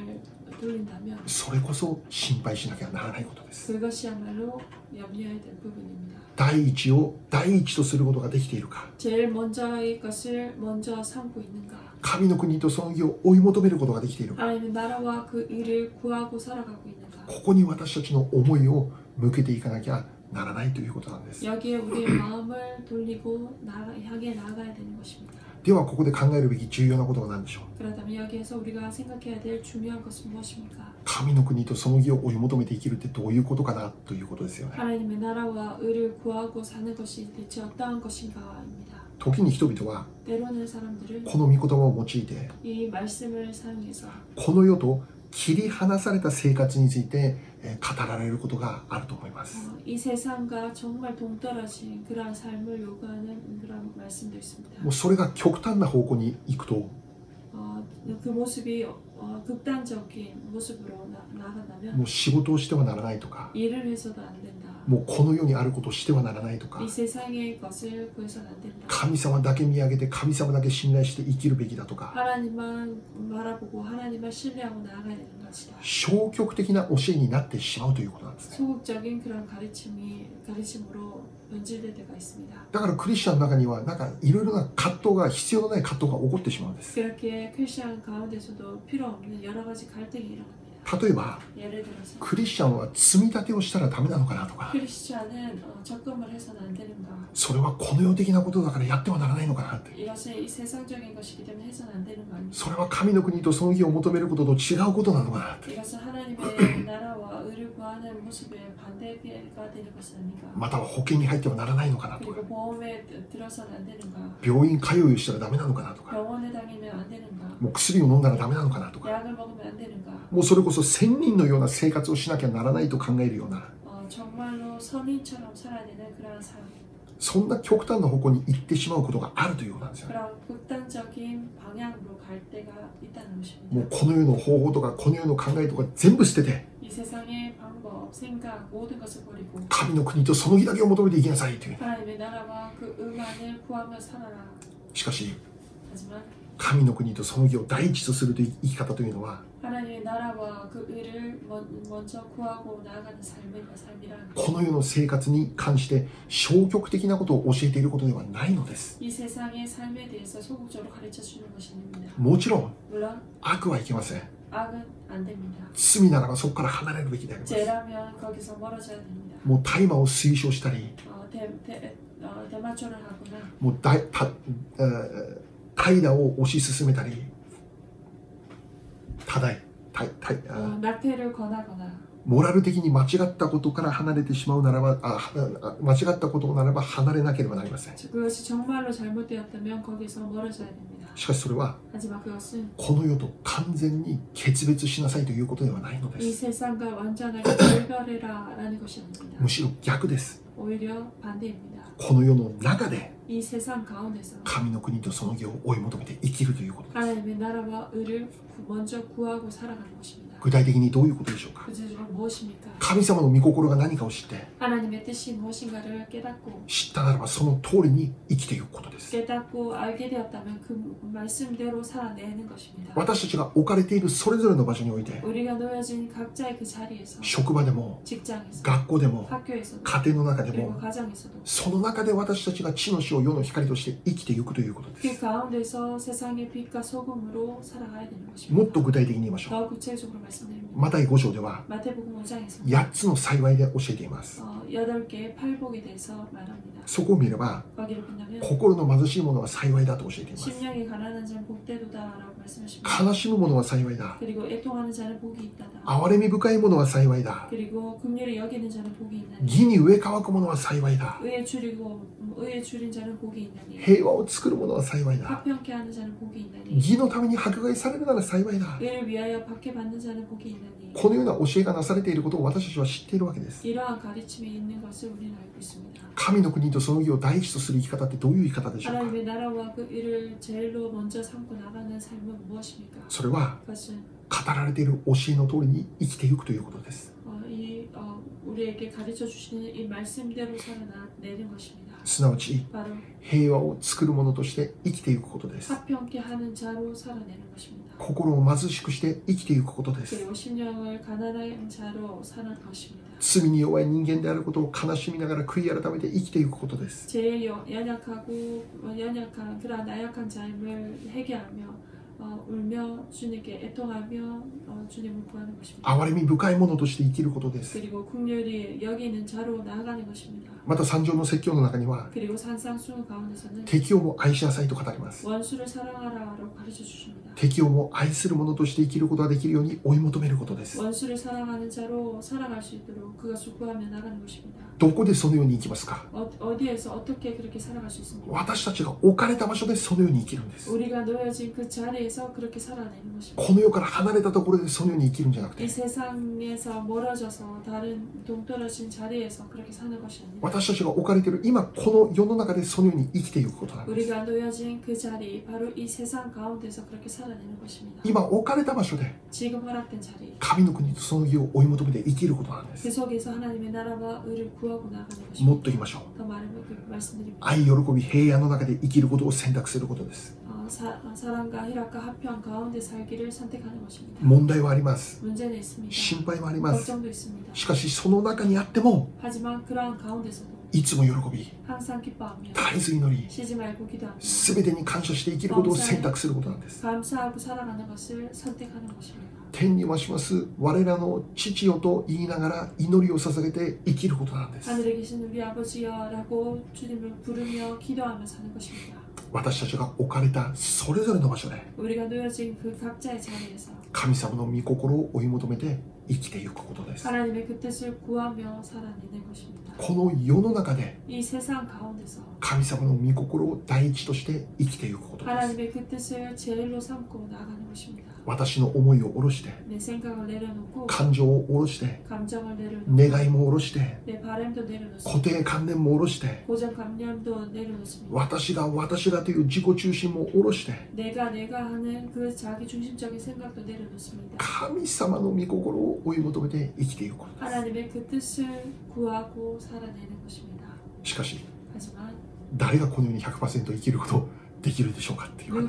돌린다면
それこそ心配しなきゃならないことです。
그것이야말로 염려해야 될 부분입니다.
第一を第一とすることができているか、
제일 먼저의 것을 먼저 삼고 있는가?
神の国とその義を追い求めることができているか、
하나님의 나라와 그 의를 구하고 살아가고 있는가?
ここに私たちの思いを向けていかなきゃならないということなんです。
여기에 우리의 마음을 돌리고 나가, 향해 나아가야 되는 것입니다.
ではここで考えるべき重要なことは何でしょう
그렇다면 여기에서 우리가 생각해야 될 중요한 것은 무엇입니까?
神の国とその義を追い求めて生きるってどういうことかなということですよね。
하나님의 나라와 의를 구하고 사는 것이 대체 어떠한 것인가입니다.
時に人々は
때로는 사람들은
この御言葉を用いて、
이 말씀을 사용해서
この世と切り離された生活についてえー語られることがあると思います。
어, 이 세상과 정말 동떨어진 그러한 삶을 요구하는 그런 말씀도 있습니다.
もうそれが極端な方向に行くと、
어, 그 모습이 어, 극단적인 모습으로 나, 나간다면
もう仕事をしてはならないとか、
일을 해서도 안 된다.
もうこの世にあることをしてはならないとか
이 、 세상의 것을 구해서는 안 된다.
神様だけ見上げて神様だけ信頼して生きるべきだとか、
하나님만 바라보고 하나님만 신뢰하고 나아가야 되는 것이다.
消極的な教えになってしまうということなんですね。
소극적인 그런 가르침이 가르침으로 변질될 때가 있습니다.
だからクリスチャンの中には、なんかいろいろな葛藤が、必要のない葛藤が起こってしまうんです。
그렇게 크리스천 가운데서도 필요 없는 여러 가지 갈등이 일어납니다.
例えば、
예를 들어서
クリスチャンは積み立てをしたらダメなのかなとか、
크리스천은 어, 적금을 해서는 안 되는가?
それはこの世的なことだからやってはならないのかなって。
이것은 이 세상적인 것이기 때문에 해서는 안 되는 거 아닙니까?
それは神の国とその義を求めることと違うことなのかなって。
이것은 하나님의 나라와 의를 구하는 모습에 반대가 되는 것이 아닙니까?
または保険に入ってはならないのかなとか
그리고 、 보험에 드- 들어서는 안 되는가?
病院通いをしたらダメなのかなとか、
병원에 다니면 안 되는가?
もう薬を飲んだらダメなのかなとか、
약을 먹으면 안 되는가?
もうそれこそ千人のような生活をしなきゃならないと考えるような
어, 정말로 선인처럼 살아야 되는 그런 삶,
そんな極端な方向に行ってしまうことがあるということなんですよね
그런 극단적인 방향으로 갈 때가 있다는
も
것입니다.
うこの世の方法とかこの世の考えとか全部捨てて
이 세상의 방법, 생각 모든 것을 버리고
神の国とその義だけを求めていきなさいという
하나님의 나라와 그 음안을 구하며 살아라.
しかし
하지만
神の国とその義を第一とするという生き方というのは
하나님의 나라와 그 의를 먼- 먼저 구하고 나아가는 삶의 삶이란
この世の生活に関して消極的なことを教えていることではないのです
이 세상의 삶에 대해서 소극적으로 가르쳐 주는 것입니다.
もちろん
물론
悪はいけません
악은 안 됩니다.
罪ならばそこから離れるべきであります
죄라면 거기서 멀어져야 됩니다.
もう大麻を推奨したり
어, 대, 대, 어, 대마초를 하거나
もうだいた、えー、怠惰を推し進めたりただいたいたいあ
어,
ー
낙태를 권하거나
モラル的に間違ったことから離れてしまうならばああ間違ったことならば離れなければなりません
그것이 정말로 잘못되었다면 거기서 멀어져야 됩니다.
しかしそれは
하지만 그것은
この世と完全に決別しなさいということではないので
이
す
세상과 완전하게 분별해라 라는 것이 아닙니다.
むしろ逆です
오히려 반대입니다.
この世の中で
이 세상 가운데서
神の国とその義を追い求めて生きるということです
하나님의 나라와 의를 구- 먼저 구하고 살아가는 것입니다.
具体的にどういうことでしょうか
구체적으로 무엇입니까?
神様の御心が何かを知って
하나님의 뜻이 무엇인가를 깨닫고
知ったならばその通りに生きていくことです
깨닫고 알게 되었다면 그 말씀대로 살아내는 것입니다.
私たちが置かれているそれぞれの場所において
우리가 놓여진 각자의 그 자리에서
職場でも
직장에서
学校でも
학교에서도
家庭の中で
그리고
も
가정에서도
その中で私たちが地の死を世の光として生きていくということで
그
す
가운데서 세상의 빛과 소금으로 살아가야 되는
もっと
것입니다.
具体的に言いましょ
더 구체적으로
う
말씀드립니다.
マタイ5章では
마태복음 5장에서
8つの幸いで教えています
어 8개의 팔복에 대해서 말합니다.
そこを見れば
거기를 본다면
心の貧しい者は幸いだと教えています
심령이 가난한 자는 복되도다라고 말씀하십니다.
悲しむ者は幸いだ
그리고 애통하는 자는 복이 있다다.
哀れみ深い者は幸いだ
그리고 긍휼히 여기는 자는 복이 있나니
義に飢え乾く者は幸いだ
의에 줄이고 음, 의에 줄인 자는 복이 있나니
平和を作る者は幸いだ
화평케 하는 자는 복이 있나니
義のために迫害されるなら幸いだ
의를 위하여 박해받는 자는 복이 있나니
このような教えがなされていることを私たちは知っているわけです
이러한 가르침이 있는 것을 우리는 알고 있습니다.
神の国とその義を第一とする生き方ってどういう生き方でしょうか
하나님의 나라와 그 일을 제일로 먼저 삼고 나가는 삶은 무엇입니까?
それは
그것은
語られている教えの通りに生きていくということです
어, 이 어, 우리에게 가르쳐 주시는 이 말씀대로 살아내는 것입니다.
すなわち
바로
平和を作る者として生きていくことです
화평케 하는 자로 살아내는 것입니다.
心を貧しくして生きていくことです
그리고 심령을 가난한 자로 사는 것입니다.
罪に弱い人間であることを悲しみながら悔い改めて生きていくことです
제일 여- 연약하고 어, 연약한 그런 나약한 자임을 회개하며 어, 울며 주님께 애통하며 어, 주님을 구하는 것입니다.
哀れみ深いものとして生きることです
그리고 국률이 여기는 자로 나아가는 것입니다.
また三条の説教の中には
그리고 산상수훈 가운데서는
敵をも愛しなさいと語ります
원수를 사랑하라라고 가르쳐 주십니다.
敵をも愛する者として生きることができるように追い求めることです
원수를 사랑하는 자로 살아갈 수 있도록 그것을 구하며 나가는 것입니다.
どこでそのように生きますか
어, 어디에서 어떻게 그렇게 살아갈 수 있습니까?
私たちが置かれた場所でそのように生きるんです
우리가 놓여진 그 자리에서 그렇게 살아내는 것입니다.
この世から離れたところでそのように生きるんじゃなく
이
て
세상에서 멀어져서 다른 동떨어진 자리에서 그렇게 사는 것이 아닙니다.
私たちが置かれている今この世の中でそのように生きていくことなんです
우리가 놓여진 그 자리, 바로 이 세상 가운데서 그렇게 살아내는 것입니다.
今置かれた場所で
지금 허락된 자리,
神の国とその義を追い求めて生きることなんです
그 속에서 하나님의 나라와 의를 구하고 나가는
もっと
것입니다.
言いましょう
더 말하면 그 말씀드립니다.
愛喜び平安の中で生きることを選択することです
어, 사, 어, 사랑과 희락과 합평 가운데 살기를 선택하는 것입니다.
問題はあります
문제는 있습니다.
心配もあります
걱정도 있습니다.
しかしその中にあっても
하지만 그러한 가운데서도
いつも喜び
항상 기뻐하며
絶えず祈り
쉬지 말고 기도하며
全てに感謝して生きることを選択することなんです
감사하고 살아가는 것을 선택하는 것입니다.
天にまします我らの父よと言いながら祈りを捧げて生きることなんです
하늘에 계신 우리 아버지여라고 주님을 부르며 기도하며 사는 것입니다.
私たちが置かれたそれぞれの場所で
우리가 놓여진 그 각자의 자리에서
神様の御心を追い求めて生きていくことです。
하나님의 그 뜻을 구하며 살아내는 것입니다.
この世の中で
이 세상 가운데서
神様の御心を第一として生きていくことです。
하나님의 그 뜻을 제일로 삼고 나가는 것입니다.
私の思いを下ろして、
내 생각을 내려놓고
感情を下ろして、
감정을 내려놓고
願いも下ろして、
내 바람도 내려놓습니다.
固定観念も下ろして、
고정감념도 내려놓습니다.
私が私がという自己中心も下ろして、
내가 내가 하는 그 자기 중심적인 생각도 내려놓습니다.
神様の御心を追い求めて生きていくことで
하나님의 그 뜻을 구하고 살아내는 것입니다.
す。しかし、
하지만
誰がこの世に100%生きることできるでしょうかっていう話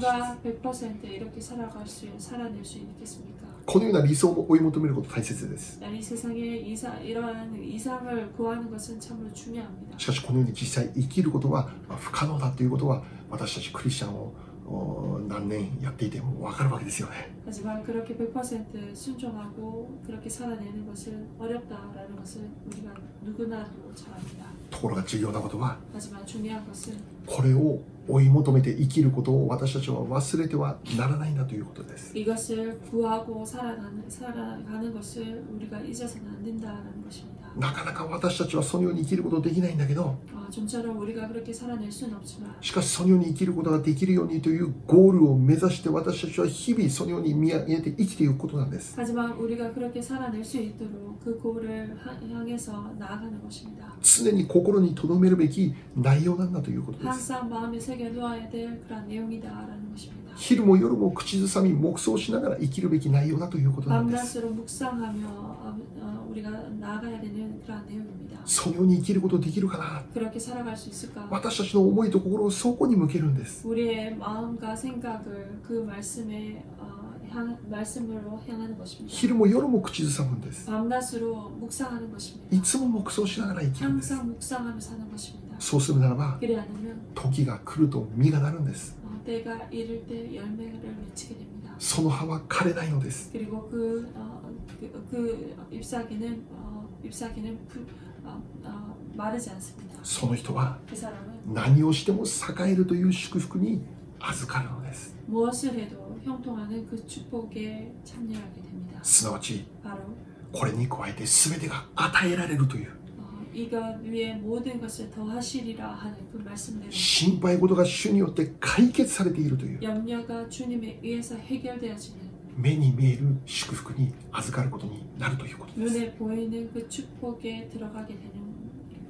です。
누가 100% 이렇게 살아갈 수 살아낼 수 있겠습니까?
このような理想を追い求めること大切です。
난이 세상에 이사, 이러한 이상을 구하는 것은 참으로 중요합니다.
しかし、このように実際生きることはまあ不可能だということは、私たちクリスチャンをお何年やっていてもわかるわけですよね。
하지만 그렇게 100% 순종하고 그렇게 살아내는 것은 어렵다라는 것을 우리가 누구나도 잘 압니다.
ところが重要なことは、
하지만 중요한 것은
これを追い求めて生きることを私たちは忘れてはならないんだということです。
이것을 구하고 살아가는, 살아가는 것을 우리가 잊어서는 안 된다라는 것입니다.
なかなか私たちはそのように生きることできないんだけど、
어, 좀처럼 우리가 그렇게 살아낼 수는 없지만
しかしそのように生きることができるようにというゴールを目指して私たちは日々そのように見上げて生きていくことなんです。
하지만 우리가 그렇게 살아낼 수 있도록 그 고를 하- 향해서 나아가는 것입니다.
常に心に留めるべき内容なんだということです。
항상 마음에 새겨 놓아야 될 그런 내용이다라는 것입니다.
昼も夜も口ずさみ黙想しながら生きるべき内容だということなんです。
밤낮으로 묵상하며 어, 어, 우리가 나아가야 되는 그런 내용입니다.
そのように生きることできるかな
그렇게 살아갈 수 있을까?
私たちの思いと心をそこに向けるんです。
우리의 마음과 생각을 그 말씀에 어, 향, 말씀으로 향하는 것입니다.
昼も夜も口ずさむんです。
밤낮으로 묵상하는
い
것입니다.
つも黙想しながら生きるんです。
항상 묵상하며 사는 것입니다.
そうするならば、
그래 않으면
時が来ると実がなるんです。
어, 때가 이를 때 열매를 맺히게 됩니다.
その葉は枯れないのです。
그리고 그, 어, 그, 그 잎사귀는 어, 잎사귀는 부- 어, 어, 마르지 않습니다.
その人は
그 사람은
何をしても栄えるという祝福に預かるのです
무엇을 해도 형통하는 그 축복에 참여하게 됩니다.
すなわち
바로
これに加えて全てが与えられるという
어, 이것 위에 모든 것을 더하시리라 하는 그 말씀대로
心配事が主によって解決されているという
염려가 주님에 의해서 해결되어지는
目に見える祝福に預かることになるということです
눈에 보이는 그 축복에 들어가게 되는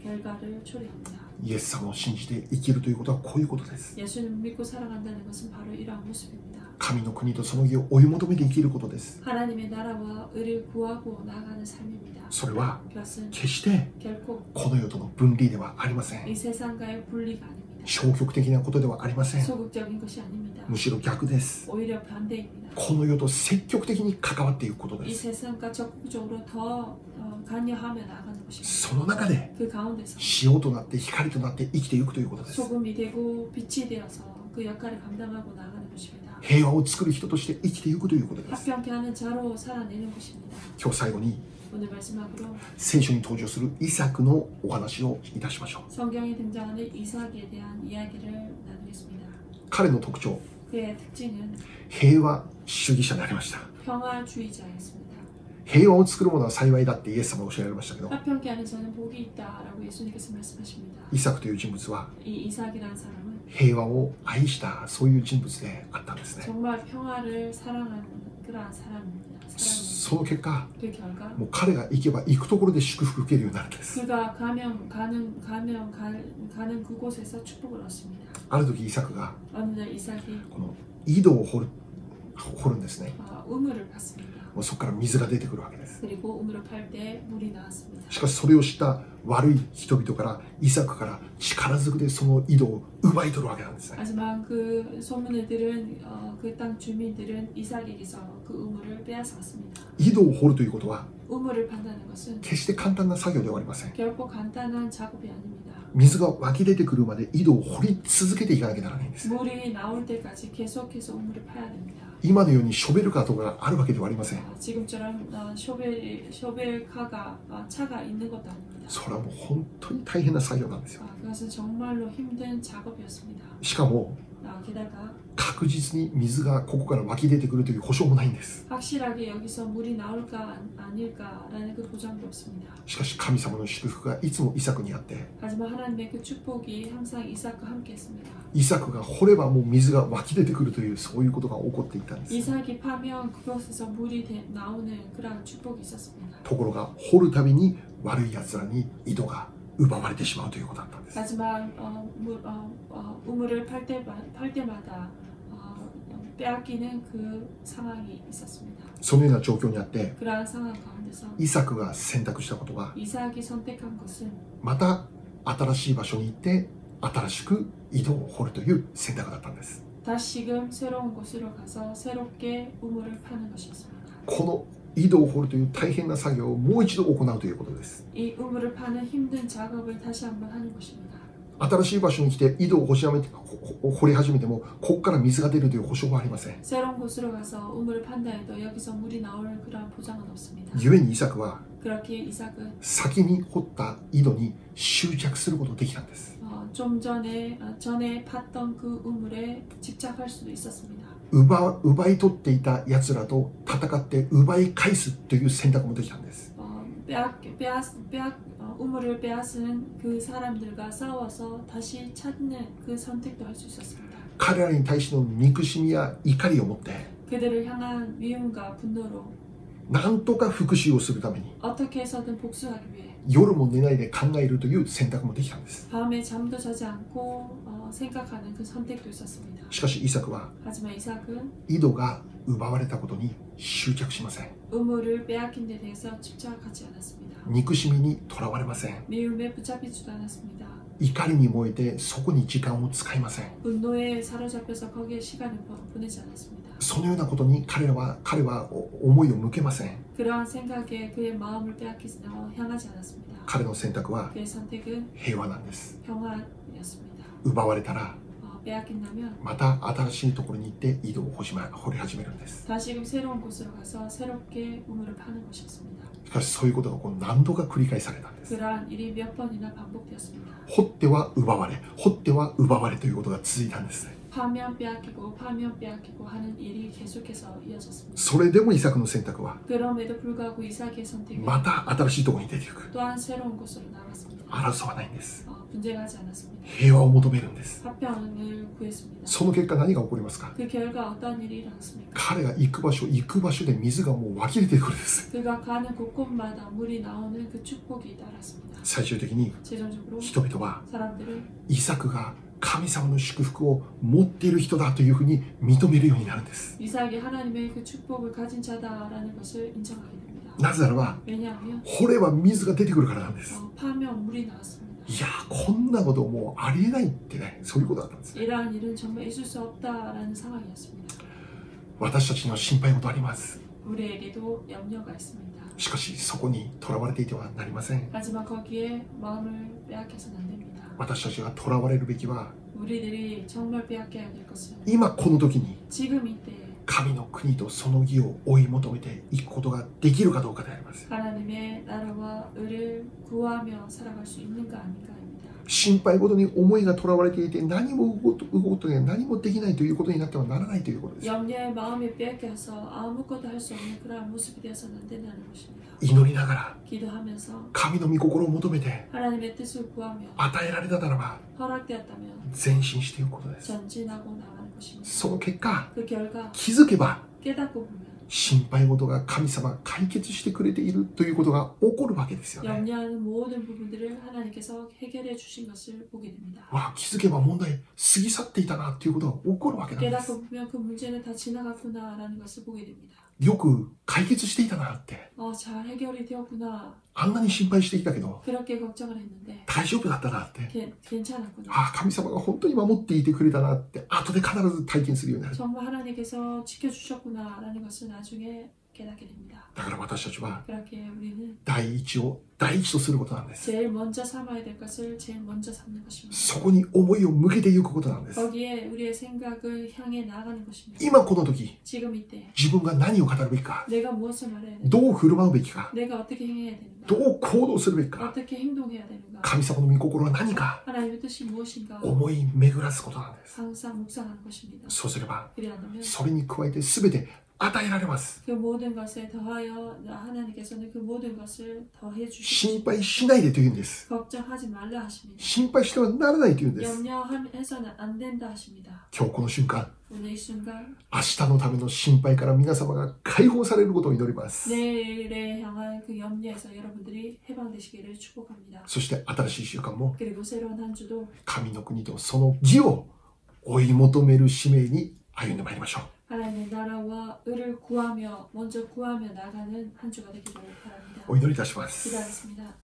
결과를 초래합니다.
イエス様を信じて生きるということはこういうことです
예수님 믿고 살아간다는 것은 바로 이러한 모습입니다.
神の国とその義を追い求めて生きることです
하나님의 나라와 의를 구하고 나아가는 삶입니다.
それは
그것은
決して
결코
この世との分離ではありませ
이
ん
세상과의 분리가 아닙니다.
消極的なことではありません
소극적인 것이 아닙니다.
むしろ逆です
오히려 반대입니다.
この世と積極的に関わっていくことで
이
す
세상과 적극적으로 더 어, 관여하며 나가는 것입니다.
その中で
그 가운데서
塩となって光となって生きていくということです
소금이 되고 빛이 되어서 그 역할을 감당하고 나가는 것입니다.
平和を作る人として生きていくということです
합병케 하는 자로 살아내는 것입니다.
今日最後に
오늘 마지막으로
聖書に登場するイサクのお話をいたしましょう
성경에 등장하는 이삭에 대한 이야기를 나누겠습니다.
彼の特徴
그의 특징은
平和主義者でありました
평화주의자였습니다.
平和を作る者は幸いだってイエス様は教えられましたけど
합병케 하는 자는 복이 있다라고 예수님께서 말씀하십니다.
イサクという人物は
이 이삭이라는 사람은
平和を愛したそういう人物であったんですね
정말 평화를 사랑하는 그러한 사람입니다. 사람입니다.
その結果
그 결과
もう彼が行けば行くところで祝福を受けるようになるんです
그가 가면 가는 가면 가, 가는 그곳에서 축복을 얻습니다.
ある時イサクが
어느 날 이삭이
この井戸を掘る掘るんですね
아, 우물을 팠습니다.
もうそこから水が出てくるわけです
그리고 우물을 팔 때 물이 나왔습니다.
しかしそれを知った悪い人々からイサクから力ずくでその井戸を奪い取るわけなんですね
하지만 그 소문을 들은 그 땅 주민들은 이삭에게서 그 우물을 빼앗았습니다.
井戸を掘るということは
우물을 판다는 것은
決して簡単な作業ではありません
결코 간단한 작업이 아닙니다.
水が湧き出てくるまで井戸を掘り続けていかなきゃならないんです
물이 나올 때까지 계속해서 우물을 파야 됩니다.
今のようにショベルカーとかがあるわけではありません
아, 지금처럼 아, 쇼벨 쇼벨카가 아, 차가 있는 것도 아닙니다.
それはもう本当に大変な作業なんですよ
아, 그것은 정말로 힘든 작업이었습니다.
しかも
아, 게다가
確実に水がここから湧き出てくるという保証もないんです
확실하게 여기서 물이 나올까 안- 아닐까라는 그 보장도 없습니다.
しかし神様の祝福がいつもイサクにあって
하지만 하나님의 그 축복이 항상 이삭과 함께했습니다.
イサクが掘ればもう水が湧き出てくるというそういうことが起こっていたんです
이삭이 파면 그곳에서 물이 되- 나오는 그런 축복이 있었습니다.
ところが掘るたびに悪い奴らに井戸が奪われてしまうということだったんです
하지만 어, 물, 어, 어, 우물을 팔, 때마, 팔 때마다 어, 빼앗기는 그 상황이 있었습니다.
そのような状況にあって
그러한 상황 가운데서
イサクが選択したことは
이삭이 선택한 것은
また新しい場所に行って新しく井戸を掘るという選択だったんです
다시금 새로운 곳으로 가서 새롭게 우물을 파는 것이었습니다.
この井戸を掘るという大変な作業をもう一度行うということです
이 우물을 파는 힘든 작업을 다시 한번 하는 것입니다.
新しい場所に来て井戸を掘しやめてほほ掘り始めてもここから水が出るという保証はありません
새로운 곳으로 가서 우물을 판다 해도 여기서 물이 나올 그러한 보장은 없습니다.
ゆえにイサクは
그렇기에 이삭은
先に掘った井戸に執着することができたんです
어, 좀 전에 어, 전에 팠던 그 우물에 집착할 수도 있었습니다.
奪奪い取っていた奴らと戦って奪い返すという選択もできたんです
어, 빼앗 빼앗 빼앗 어, 우물을 빼앗은 그 사람들과 싸워서 다시 찾는 그 선택도 할 수 있었습니다.
彼らに対しての憎しみや怒りを持って
그들을 향한 미움과 분노로
なんとか復讐をするために
어떻게 해서든 복수하기 위해
夜も寝ないで考えるという選択もできたんです
밤에 잠도 자지 않고 어, 생각하는 그 선택도 있었습니다.
しかしイサクは
하지만 이삭은
井戸が奪われたことに執着しません
우물을 빼앗긴 데 대해서 집착하지 않았습니다.
憎しみにとらわれません
미움에 붙잡히지도 않았습니다.
怒りに燃えてそこに時間を使いません
분노에 사로잡혀서 거기에 시간을 보- 보내지 않았습니다.
そのようなことに彼らは彼はお思いを向けません
그러한 생각에 그의 마음을 빼앗기지 어, 향하지 않았습니다.
彼の選択は
그의 선택은
平和なんです
평화였습니다.
奪われたら
어, 빼앗긴다면
また新しいところに行って井戸を掘しま掘り始めるんです
다시금 새로운 곳으로 가서 새롭게 우물을 파는 것이었습니다.
しかしそういうことがこう何度か繰り返されたんです
그러한 일이 몇 번이나 반복되었습니다.
掘っては奪われ掘っては奪われということが続いたんですね
파면 빼앗기고 파면 빼앗기고 하는 일이 계속해서 이어졌습니다.
それでもイサクの選択は
그럼에도 불구하고 이삭의 선택은
また新しいところに出ていく
또한 새로운 곳으로 나갔습니다.
争わないんです
어, 분쟁하지 않았습니다.
平和を求めるんです
화평을 구했습니다.
その結果何が起こりますか
그 결과 어떤 일이 일어났습니까?
彼が行く場所行く場所で水がもう湧き出てくるんです
그가 가는 곳곳마다 물이 나오는 그 축복이 따랐습니다.
最終的に
최종적으로
人々は
사람들은
イサクが神様の祝福を持っている人だというふうに認めるようになるんです
이삭이 하나님의 그 축복을 가진 자다라는 것을 인정하게 됩니다.
なぜならば
왜냐하면
掘れば水が出てくるからなんです
어, 파면 물이 나왔습니다.
いやーこんなこともうありえないってねそういうことだったんですね
이러한 일은 정말 있을 수 없다라는 상황이었습니다.
私たちには心配事あります
우리에게도 염려가 있습니다.
しかしそこにとらわれていてはなりません
하지만 거기에 마음을 빼앗겨서는 안 됩니다.
私たちがとらわれるべきは
우리들이 정말 빼앗겨야 될 것은
今この時に
지금 이때
神の国とその義を追い求めていくことができるかどうかであります
하나님의 나라와 을을 구하며 살아갈 수 있는가 아닌가입니다.
心配事に思いがとらわれていて何も動くことや何もできないということになってはならないということです
염려의 마음이 빼앗겨서 아무것도 할 수 없는 그러한 모습이 되어서는 안 된다는 것입니다.
祈りながら
기도하면서
神の御心を求めて
하나님의 뜻을 구하며
与えられたならば
허락되었다면
前進していくことです
전진하고 나가는 것입니다.
その結果
그 결과
気づけば
깨닫고 보면
心配事が神様が解決してくれているということが起こるわけですよね
염려하는 모든 부분들을 하나님께서 해결해 주신 것을 보게 됩니다.
わあ気づけば問題過ぎ去っていたなということが起こるわけなんです
깨닫고 보면 그 문제는 다 지나갔구나라는 것을 보게 됩니다.
よく解決していたなって
어, 잘 해결이 되었구나.
あんなに心配していたけど
그렇게 걱정을 했는데
大丈夫だったなって
괜- 괜찮았구나.
ああ神様が本当に守っていてくれたなって後で必ず体験するようになる
정말 하나님께서 지켜주셨구나라는 것을 나중에 깨닫게 됩니다.
だから私たちは
그렇게 우리는
第一を第一とすることなんです。
제일 먼저 삼아야 될 것을 제일 먼저 삼는 것입니다.
そこに思いを向けていくことなんです。
거기에 우리의 생각을 향해 나아가는 것입니다.
今この時、
지금 이때
自分が何を語るべきか、
내가 무엇을 말해야 되는가?
どう振る舞うべきか、
내가 어떻게 행해야 되는가?
どう行動するべきか、
어떻게 행동해야 되는가?
神様の御心は何か、
하나님의 뜻이 무엇인가?
思い巡らすことなんです。
항상 묵상하는 것입니다.
そうすれば、
그리하면
それに加えて全て与えられます。
그 모든 것에 더하여 나- 하나님께서는 그 모든 것을 더해
心
주십니다.
配しないでというんです。
걱정하지 말라 하십니다.
心配してはならないというんです。
염려해서는 안 된다 하십니다.
今日この瞬間、
오늘 이 순간
明日のための心配から皆様が解放されることを祈ります。
내일에 향한 그 염려에서 여러분들이 해방되시기를 축복합니다.
そして新しい週間も
그리고 새로운 한 주도
神の国とその義を追い求める使命に歩んでまいりましょう。
하나님의 나라와 을을 구하며 먼저 구하며 나가는 한 주가 되기를 바랍니다.
お祈りいたします。
기도하겠습니다.